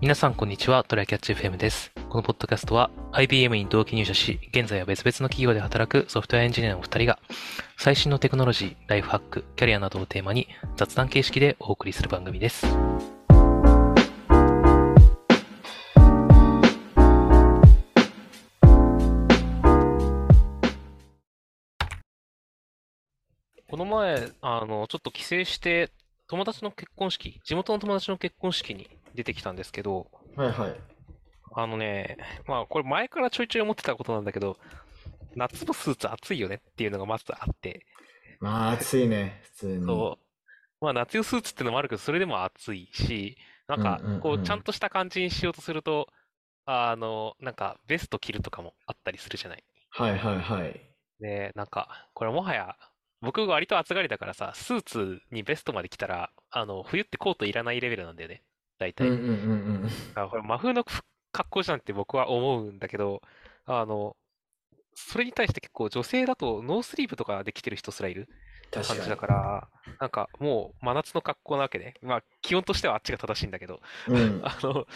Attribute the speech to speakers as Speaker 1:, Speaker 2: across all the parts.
Speaker 1: 皆さんこんにちは、トライキャッチ FM です。このポッドキャストは IBM に同期入社し、現在は別々の企業で働くソフトウェアエンジニアのお二人が、最新のテクノロジー、ライフハック、キャリアなどをテーマに雑談形式でお送りする番組です。この前、あの、ちょっと帰省して、友達の結婚式、地元の友達の結婚式に出てきたんですけど、
Speaker 2: はいはい。
Speaker 1: あのね、まあこれ前からちょいちょい思ってたことなんだけど、夏のスーツ暑いよねっていうのがまずあって、
Speaker 2: まあ暑いね、普通に。
Speaker 1: そう、まあ夏用スーツってのもあるけど、それでも暑いし、なんか
Speaker 2: うんうんうん
Speaker 1: こうちゃんとした感じにしようとすると、あの、なんかベスト着るとかもあったりするじゃない。
Speaker 2: はいはいはい。
Speaker 1: で、なんかこれもはや、僕割と暑がりだからさ、スーツにベストまで着たら、あの、冬ってコートいらないレベルなんだよね、大
Speaker 2: うん
Speaker 1: 体
Speaker 2: うん。うん
Speaker 1: あ、これ真冬のふ格好じゃんって僕は思うんだけど、あの、それに対して結構女性だとノースリーブとかで来てる人すらいる
Speaker 2: 確
Speaker 1: 感じだ
Speaker 2: か
Speaker 1: から、なんかもう真夏の格好なわけね。まあ気温としてはあっちが正しいんだけど。
Speaker 2: に。うん。
Speaker 1: あの、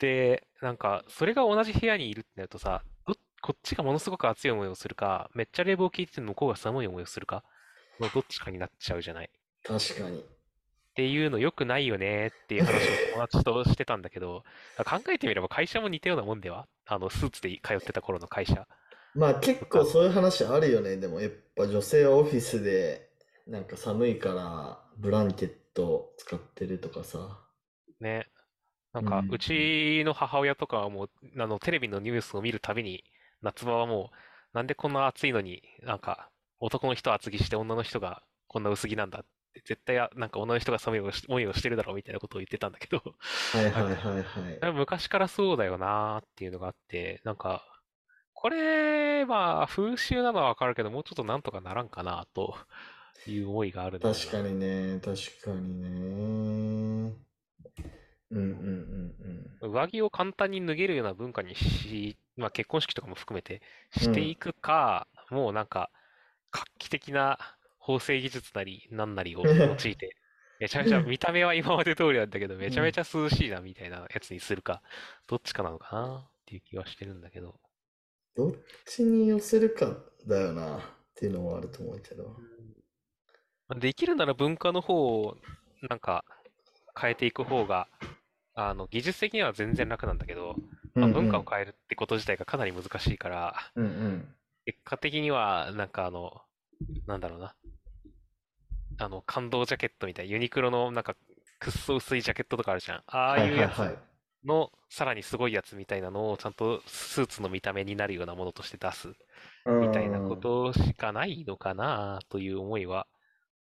Speaker 1: で、なんかそれが同じ部屋にいるってなるとさ、どこっちがものすごく熱い思いをするか、めっちゃ冷房効いてて向こうが寒い思いをするか、のどっちかになっちゃうじゃない。
Speaker 2: 確かに。
Speaker 1: っていうの良くないよねっていう話を友達としてたんだけ ど、考えてみれば会社も似たようなもんではあの、スーツで通ってた頃の会社。
Speaker 2: まあ結構そういう話あるよね。でもやっぱ女性はオフィスでなんか寒いからブランケット使ってるとかさ。
Speaker 1: ね。なんか
Speaker 2: う、ん
Speaker 1: うちの母親とかはもう、あの、テレビのニュースを見るたびに、夏場はもう、なんでこんな暑いのに、なんか、男の人は厚着して女の人がこんな薄着なんだって、絶対あ、なんか女の人が寒い思いをしてるだろうみたいなことを言ってたんだけど、
Speaker 2: はいはいはいはい。
Speaker 1: 昔からそうだよなーっていうのがあって、なんか、これ、まあ、風習なのはわかるけど、もうちょっとなんとかならんかなという思いがあるんだよな
Speaker 2: 確かにね、確かにね。うんうんうん
Speaker 1: 上着を簡単に脱げるような文化にし、まあ、結婚式とかも含めてしていくか、もうなんか、画期的な縫製技術なり、なんなりを用い て、めちゃめちゃ、見た目は今まで通りなんだけど、めちゃめちゃ涼しいなみたいなやつにするか、どっちかなのかなっていう気はしてるんだけど。
Speaker 2: うん。どっちに寄せるかだよなっていうのはあると思うけど。
Speaker 1: まあできるなら文化の方をなんか変えていく方があの技術的には全然楽なんだけど、まあ
Speaker 2: うんう
Speaker 1: 文
Speaker 2: ん
Speaker 1: 化を変えるってこと自体がかなり難しいから
Speaker 2: うんうん。
Speaker 1: 結果的にはなんかあのなんだろうなあの感動ジャケットみたいなユニクロのなんかくっそ薄いジャケットとかあるじゃんああいうや
Speaker 2: はいはい
Speaker 1: つ
Speaker 2: はい。
Speaker 1: のさらにすごいやつみたいなのをちゃんとスーツの見た目になるようなものとして出すみたいなことしかないのかなという思いは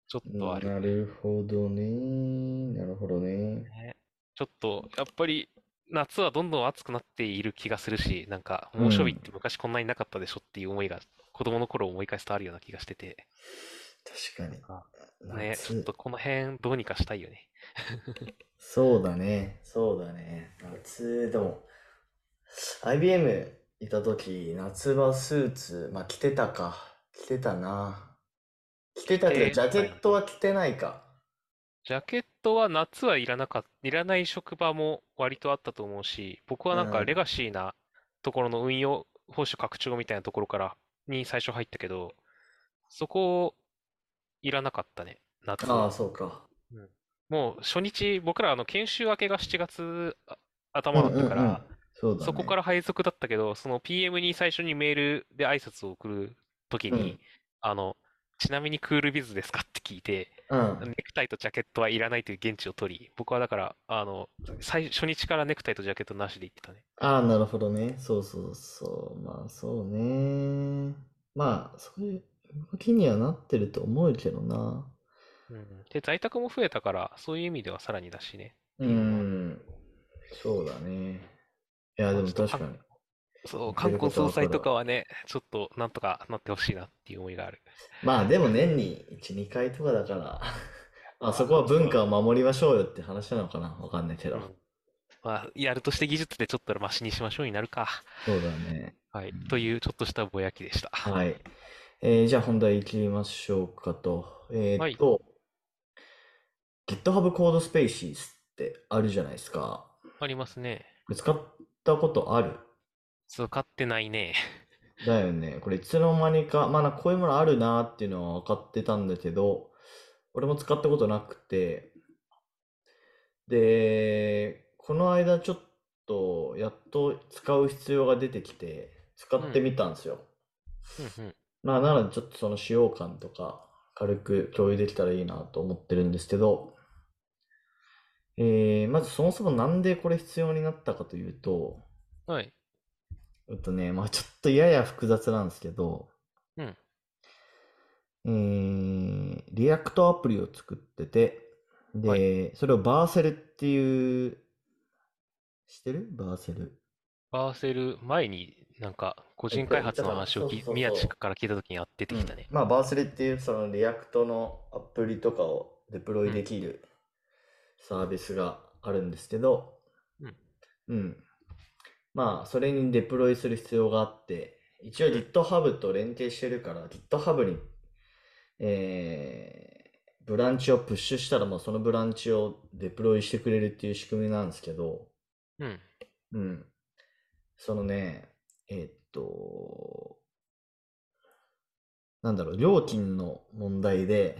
Speaker 1: ちょっとある
Speaker 2: なるほどね。なるほどね。
Speaker 1: ちょっと、やっぱり、夏はどんどん暑くなっている気がするし、なんか、猛暑日って昔こんなになかったでしょっていう思いが、子供の頃思い返すとあるような気がしてて、
Speaker 2: 確
Speaker 1: あ
Speaker 2: かに。
Speaker 1: ね、
Speaker 2: 夏
Speaker 1: ちょっとこの辺どうにかしたいよね。
Speaker 2: そうだね。そうだね。夏、でも、IBM いた時、夏場スーツ、まあ着てたか。着てたな。着てたけど、
Speaker 1: 着て
Speaker 2: ジャケットは着てないか。
Speaker 1: ジャケットは夏はいらなかっいらない職場も割とあったと思うし、僕はなんか
Speaker 2: うん
Speaker 1: レガシーなところの運用報酬拡張みたいなところからに最初入ったけど、そこいらなかったね、夏は
Speaker 2: ああ、そうか。
Speaker 1: もう初日、僕らあの研修明けが7月あ頭だったから、
Speaker 2: うんうんうんそうだ
Speaker 1: そこ
Speaker 2: ね。
Speaker 1: から配属だったけど、その PM に最初にメールで挨拶を送るときに、
Speaker 2: うん
Speaker 1: あの、ちなみにクールビズですかって聞いて、
Speaker 2: うん。
Speaker 1: ネクタイとジャケットはいらないという現地を取り、僕はだから、あの、最初日からネクタイとジャケットなしで行ってたね。
Speaker 2: ああ、なるほどね。そうそうそう。まあ、そうね。まあ、そういう動きにはなってると思うけどな。
Speaker 1: うん、で、在宅も増えたから、そういう意味ではさらにだしね。
Speaker 2: うん、そうだね。いや、でも確かに。
Speaker 1: そう、
Speaker 2: 言って
Speaker 1: 冠
Speaker 2: るこ
Speaker 1: 婚
Speaker 2: と
Speaker 1: 葬
Speaker 2: はわかる
Speaker 1: 祭とかはね、ちょっとなんとかなってほしいなっていう思いがある。
Speaker 2: まあでも年に1、2回とかだから、 まあそこは文化を守りましょうよって話なのかなわかんないけ
Speaker 1: う
Speaker 2: ど。
Speaker 1: んまあ、やるとして技術でちょっとマシにしましょうになるか。
Speaker 2: そうだね。
Speaker 1: はい。という、ちょっとしたぼやきでした。
Speaker 2: はい。えーじゃあ本題いきましょうかと。えーっと、GitHub Code Spaces ってあるじゃないですか。
Speaker 1: ありますね。
Speaker 2: ぶつかったことある
Speaker 1: 使ってないね。
Speaker 2: だよね。これいつの間にか、まあなんかこういうものあるなーっていうのは分かってたんだけど、俺も使ったことなくて、で、この間ちょっとやっと使う必要が出てきて、使ってみたんですよ。
Speaker 1: うんうん。
Speaker 2: まあなのでちょっとその使用感とか軽く共有できたらいいなと思ってるんですけど、えー、まずそもそもなんでこれ必要になったかというと、
Speaker 1: はい。
Speaker 2: えっとね、まあちょっとやや複雑なんですけど、
Speaker 1: うん
Speaker 2: えー、リアクトアプリを作ってて、で、
Speaker 1: は
Speaker 2: それをバーセルっていう、知ってるバーセル。
Speaker 1: バーセル前になんか個人開発の話をき
Speaker 2: そうそうそう
Speaker 1: 宮地から聞いた時にあ出てきたね
Speaker 2: う。んまあ、バースレっていうそのリアクトのアプリとかをデプロイできるサービスがあるんですけど、
Speaker 1: うん
Speaker 2: うんまあ、それにデプロイする必要があって、一応 GitHub と連携してるから、GitHub に、えーブランチをプッシュしたら、もうそのブランチをデプロイしてくれるっていう仕組みなんですけど、
Speaker 1: うん。
Speaker 2: うん。そのね、えーっと、なんだろう、料金の問題で、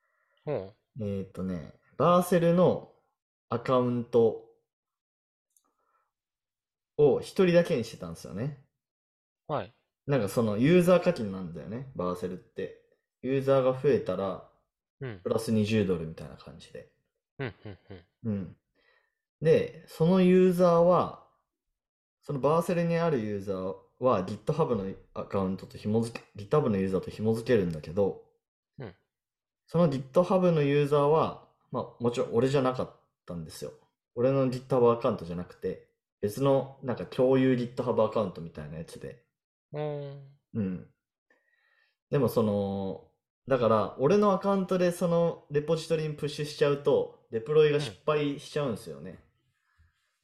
Speaker 1: ほ
Speaker 2: えーっとね、バーセルのアカウントを一人だけにしてたんですよね。
Speaker 1: う。はい。
Speaker 2: なんかそのユーザー課金なんだよね、バーセルって。ユーザーが増えたら、
Speaker 1: うん。
Speaker 2: プラス20ドルみたいな感じで。
Speaker 1: うん。うん。うん。
Speaker 2: うん。で、そのユーザーは、そのバーセルにあるユーザーは GitHub のアカウントと紐付け、GitHub のユーザーと紐付けるんだけど、
Speaker 1: うん
Speaker 2: その GitHub のユーザーは、まあもちろん俺じゃなかったんですよ。俺の GitHub アカウントじゃなくて、別のなんか共有 GitHub アカウントみたいなやつで。
Speaker 1: ほー
Speaker 2: うん。でもその、だから俺のアカウントでそのレポジトリにプッシュしちゃうと、デプロイが失敗しちゃうんですよね。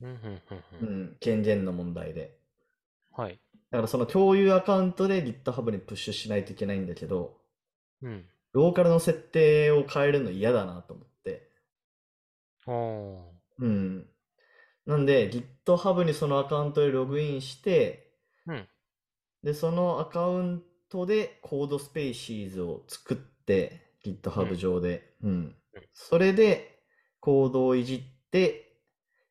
Speaker 1: うん。うん。う。
Speaker 2: うん
Speaker 1: うん。
Speaker 2: ん、権限の問題で。
Speaker 1: はい。
Speaker 2: だからその共有アカウントで GitHub にプッシュしないといけないんだけど、
Speaker 1: うん。
Speaker 2: ローカルの設定を変えるの嫌だなと思って。
Speaker 1: ほ
Speaker 2: うん。なんで GitHub にそのアカウントでログインして、
Speaker 1: うん
Speaker 2: で、そのアカウントでコードスペーシーズを作って、GitHub 上で。うん。それでコードをいじって、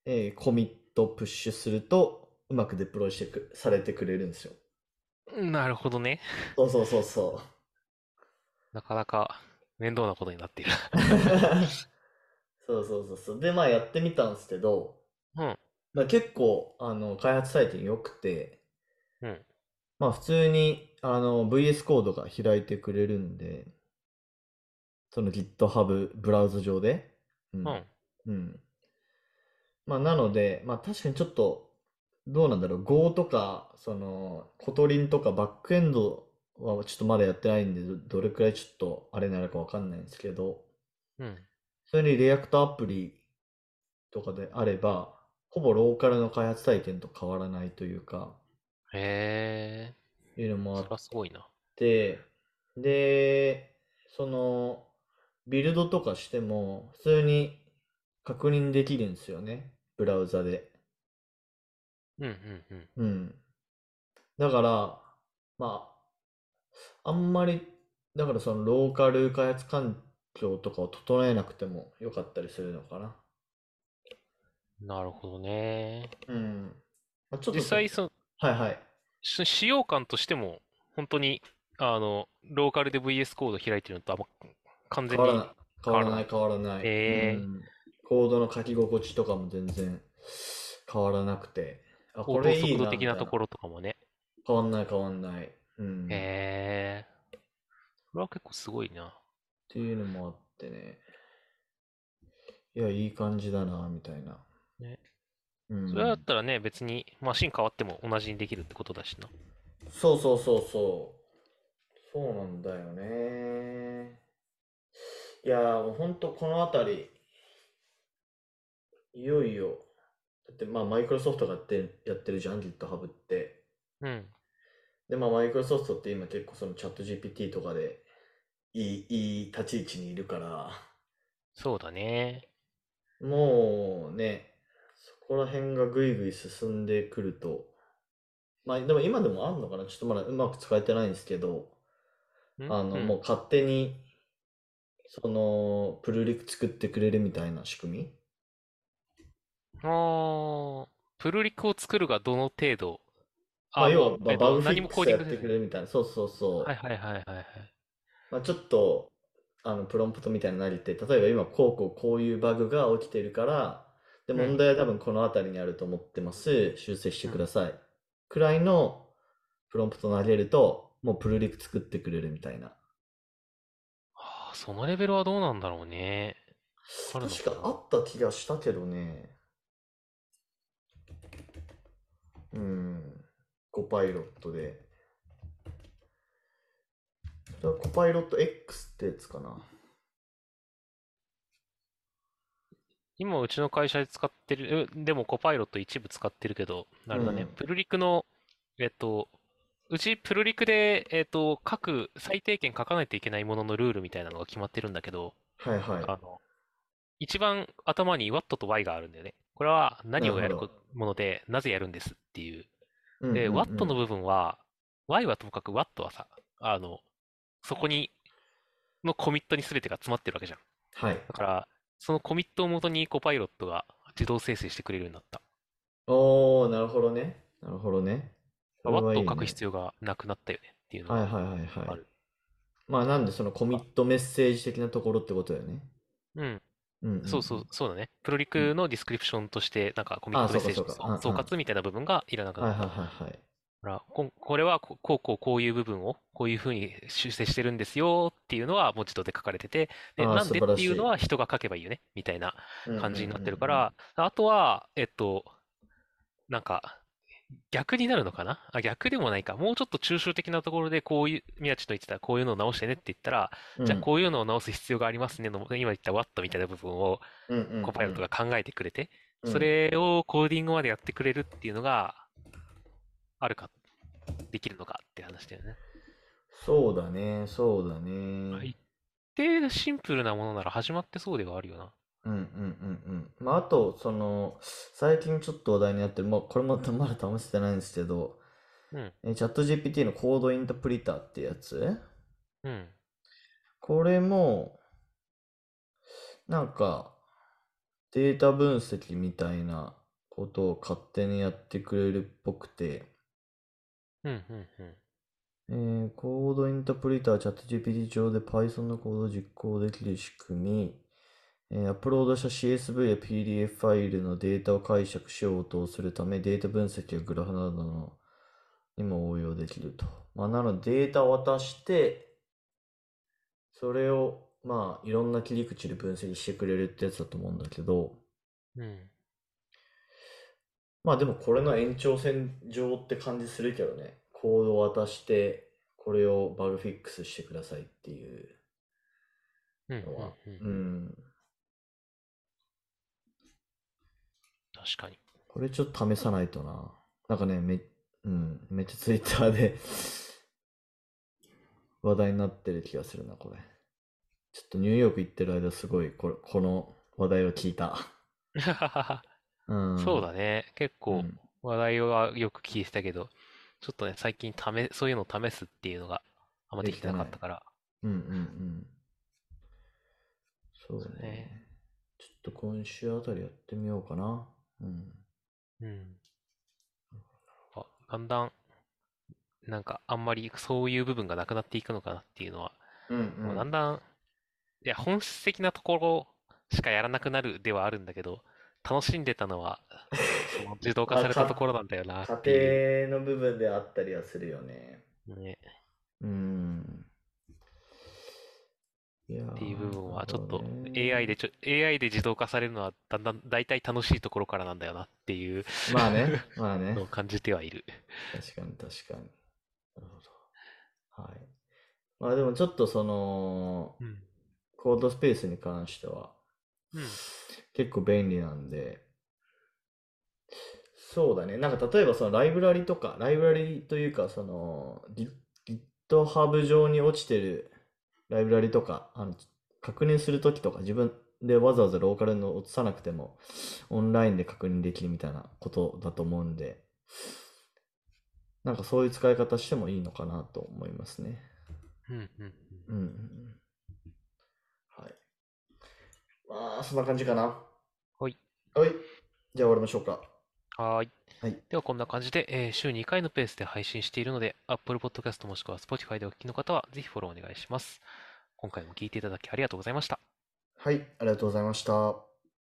Speaker 2: えーコミットプッシュすると、うまくデプロイしてく、されてくれるんですよ。
Speaker 1: ーなるほどね。
Speaker 2: そうそうそうそ
Speaker 1: なかなか面倒なことになっている。
Speaker 2: う。そうそうそうそう。で、まあやってみたんですけど、
Speaker 1: うん
Speaker 2: まあ、結構、あの、開発サイトに良くて、
Speaker 1: うん。
Speaker 2: まあ普通に、あの、VS コードが開いてくれるんで、その GitHub ブラウザ上で。う。
Speaker 1: うんん。
Speaker 2: うん。まあなので、まあ確かにちょっと、どうなんだろう、Go とか、その、コトリンとかバックエンドはちょっとまだやってないんで、どどれくらいちょっとあれになるかわかんないんですけど、
Speaker 1: うん。
Speaker 2: それにリアクトアプリとかであれば、ほぼローカルの開発体験と変わらないというか、
Speaker 1: へえ。
Speaker 2: いうのもあ
Speaker 1: そ
Speaker 2: っ
Speaker 1: れはすごいな。
Speaker 2: て、で、その、ビルドとかしても、普通に確認できるんですよね、ブラウザで。
Speaker 1: うん。うん。うん。
Speaker 2: うん。だから、まあ、あんまり、だからそのローカル開発環境とかを整えなくてもよかったりするのかな。
Speaker 1: なるほどね。
Speaker 2: うん。まあ、ちょっと
Speaker 1: 実
Speaker 2: そ
Speaker 1: 際、その、
Speaker 2: はいはい。
Speaker 1: し使用感としても、本当に、あの、ローカルで VS コード開いてるのとあんま完全
Speaker 2: 変わ
Speaker 1: に
Speaker 2: らない。変わらない変わらない。
Speaker 1: へー
Speaker 2: うんコードの書き心地とかも全然変わらなくて。あ、
Speaker 1: 高
Speaker 2: こ
Speaker 1: 等
Speaker 2: れいい
Speaker 1: 速度
Speaker 2: なみ
Speaker 1: 的
Speaker 2: た
Speaker 1: ないところとかもね。
Speaker 2: 変わんない変わんない。うん。っ
Speaker 1: へえ。これは結構すごいな。
Speaker 2: ていうのもあってね。いや、いい感じだな、みたいな。
Speaker 1: ね
Speaker 2: うん。
Speaker 1: それだったらね、別にマシン変わっても同じにできるってことだしな。
Speaker 2: そうそうそうそう。そうなんだよね。いやー、もうほんとこのあたり、いよいよ、だってまあマイクロソフトがやってやってるじゃん、GitHub って。
Speaker 1: うん。
Speaker 2: で、まあマイクロソフトって今結構そのチャット GPT とかでいい、いい立ち位置にいるから、
Speaker 1: そうだね。
Speaker 2: もうね、そこら辺がぐいぐい進んでくると、まあでも今でもあんのかなちょっとまだうまく使えてないんですけど、
Speaker 1: うん
Speaker 2: あの、
Speaker 1: うん
Speaker 2: もう勝手に、その、プルリク作ってくれるみたいな仕組み
Speaker 1: あープルリクを作るがどの程度あ
Speaker 2: まあ、要
Speaker 1: も
Speaker 2: は
Speaker 1: う、
Speaker 2: まあ
Speaker 1: えっ
Speaker 2: バ
Speaker 1: と
Speaker 2: グフィ
Speaker 1: 何
Speaker 2: ッ
Speaker 1: も
Speaker 2: ク
Speaker 1: コー
Speaker 2: ス
Speaker 1: ディ
Speaker 2: や
Speaker 1: ン
Speaker 2: っ
Speaker 1: グ
Speaker 2: てく
Speaker 1: せ
Speaker 2: れるみたいな。そうそうそう。
Speaker 1: ずはいはいはいはいはい。
Speaker 2: まあ、ちょっと、あの、プロンプトみたいになりて、例えば今、こうこうこういうバグが起きてるから、で、
Speaker 1: うん
Speaker 2: 問題は多分この辺りにあると思ってます。修正してください。くらいのプロンプト投げると、もうプルリク作ってくれるみたいな。
Speaker 1: あーそのレベルはどうなんだろうね。あるの
Speaker 2: 確か
Speaker 1: かな
Speaker 2: あった気がしたけどね。うん。コパイロットで。それはコパイロット X ってやつかな。
Speaker 1: 今、うちの会社で使ってる、うでもコパイロット一部使ってるけど、あれだね、
Speaker 2: うん
Speaker 1: プルリクの、えっと、うちプルリクで、えっと、書く、最低限書かないといけないもののルールみたいなのが決まってるんだけど、
Speaker 2: はいはい。
Speaker 1: あの、一番頭に Watt と Y があるんだよね。これは何をやる
Speaker 2: なるほ
Speaker 1: もので、なぜやるんですっていう。
Speaker 2: うん
Speaker 1: で、
Speaker 2: うんうん
Speaker 1: Watt の部分は、Y はともかく Watt はさ、あの、そこに、のコミットに全てが詰まってるわけじゃん。
Speaker 2: はい。
Speaker 1: だから、そのコミットをもとにコパイロットが自動生成してくれるようになった。
Speaker 2: おー、なるほどね。なるほどね。それ
Speaker 1: ワ
Speaker 2: は
Speaker 1: ット
Speaker 2: い
Speaker 1: を
Speaker 2: い
Speaker 1: 書く
Speaker 2: ね。
Speaker 1: 必要がなくなったよねっていうの
Speaker 2: はい
Speaker 1: が
Speaker 2: はいはいは
Speaker 1: あ
Speaker 2: い。
Speaker 1: る。
Speaker 2: まあなんでそのコミットメッセージ的なところってことだよね。
Speaker 1: うん、
Speaker 2: うんうんうん
Speaker 1: そうそう、そうだね。プロリクのディスクリプションとして、なんかコミッ
Speaker 2: あ
Speaker 1: ト
Speaker 2: そ
Speaker 1: メ
Speaker 2: う
Speaker 1: ッ
Speaker 2: か
Speaker 1: セージ
Speaker 2: そう
Speaker 1: の
Speaker 2: か
Speaker 1: 総
Speaker 2: うんうん
Speaker 1: 総括みたいな部分がいらなく
Speaker 2: は
Speaker 1: ないっ
Speaker 2: はい
Speaker 1: た。だ
Speaker 2: はいはい。
Speaker 1: からこんこれはここうこうこういう部分をこういうふうに修正してるんですよっていうのはもう自動で書かれてて、で、
Speaker 2: あー
Speaker 1: なん
Speaker 2: 素
Speaker 1: で
Speaker 2: 晴ら
Speaker 1: ってい
Speaker 2: し
Speaker 1: うの
Speaker 2: い
Speaker 1: は人が書けばいいよねみたいな
Speaker 2: うん
Speaker 1: 感じになってるか
Speaker 2: うんうんうん
Speaker 1: ら、あとは、えっと、なんか、逆になるのかなあ、逆でもないか。もうちょっと抽象的なところで、こういう、宮地と言ってた、こういうのを直してねって言ったら、じゃあこういうのを直す必要がありますねの、今言った Watt みたいな部分を
Speaker 2: うんうんうんうん
Speaker 1: コパイロットが考えてくれて、
Speaker 2: うん
Speaker 1: それをコーディングまでやってくれるっていうのが、あるか、できるのかって話だよね。
Speaker 2: そうだね、そうだね。
Speaker 1: はいで、シンプルなものなら始まってそうではあるよな。
Speaker 2: うんうんうんうん。まあ、あと、その、最近ちょっと話題になってる、まあ、これもまだ試してないんですけど、
Speaker 1: うん、
Speaker 2: えチャット GPT のコードインタープリターってやつ
Speaker 1: うん、
Speaker 2: これも、なんか、データ分析みたいなことを勝手にやってくれるっぽくて、
Speaker 1: うん、うん、うん。
Speaker 2: えーコードインタープリターチャット GPT 上で Python のコードを実行できる仕組み、えーアップロードした CSV や PDF ファイルのデータを解釈しようとするため、データ分析やグラフなどのにも応用できると。まあ、なのでデータを渡して、それを、まあ、いろんな切り口で分析してくれるってやつだと思うんだけど、
Speaker 1: うん
Speaker 2: まあでもこれの延長線上って感じするけどね。コードを渡して、これをバグフィックスしてくださいっていう
Speaker 1: うん、
Speaker 2: のは。
Speaker 1: うん、
Speaker 2: う
Speaker 1: うん。
Speaker 2: ん。
Speaker 1: 確かに。
Speaker 2: これちょっと試さないとな。なんかね、め、うん、めっちゃツイッターで 話題になってる気がするな、これ。ちょっとニューヨーク行ってる間すごい、これ、この話題を聞いた。うん。
Speaker 1: そうだね。結
Speaker 2: う
Speaker 1: 構
Speaker 2: ん
Speaker 1: 話題はよく聞いてたけど、ちょっとね、最近試、そういうのを試すっていうのがあんまできてなかったから、
Speaker 2: うんうんうん。そう
Speaker 1: そう
Speaker 2: ね
Speaker 1: ね。
Speaker 2: ちょっと今週あたりやってみようかな。うん。
Speaker 1: うん。あだんだん、なんかあんまりそういう部分がなくなっていくのかなっていうのは、
Speaker 2: うん
Speaker 1: もうだんだん、いや、本質的なところしかやらなくなるではあるんだけど、楽しんでたの は、その自動化されたところなんだよなっていう。
Speaker 2: 家庭の部分であったりはするよね。
Speaker 1: ね、
Speaker 2: うん。いやー
Speaker 1: っていう部分はちょっと
Speaker 2: なるほどね
Speaker 1: AI でちょ、AI で自動化されるのはだんだん大体楽しいところからなんだよなっていう
Speaker 2: まあね、 まあね
Speaker 1: のを。感じてはいる。
Speaker 2: 確かに確かに。なるほど。はい。まあでもちょっとその、
Speaker 1: うん。
Speaker 2: コードスペースに関しては、
Speaker 1: うん
Speaker 2: 結構便利なんで、そうだね。なんか例えばそのライブラリとか、ライブラリというか、そのギ GitHub 上に落ちてるライブラリとか、あの確認するときとか、自分で、わざわざローカルの落とさなくても、オンラインで確認できるみたいなことだと思うんで、なんかそういう使い方してもいいのかなと思いますね。
Speaker 1: うんうんうん。
Speaker 2: うんうんうん。はい。まあ、そんな感じかな。
Speaker 1: はい。
Speaker 2: はい。じゃあ終わりましょうか。
Speaker 1: はーい。
Speaker 2: はい
Speaker 1: ではこんな感じで、えー週2回のペースで配信しているので、Apple Podcast もしくは Spotify でお聞きの方は、ぜひフォローお願いします。今回も聞いていただきありがとうございました。
Speaker 2: はい、ありがとうございました。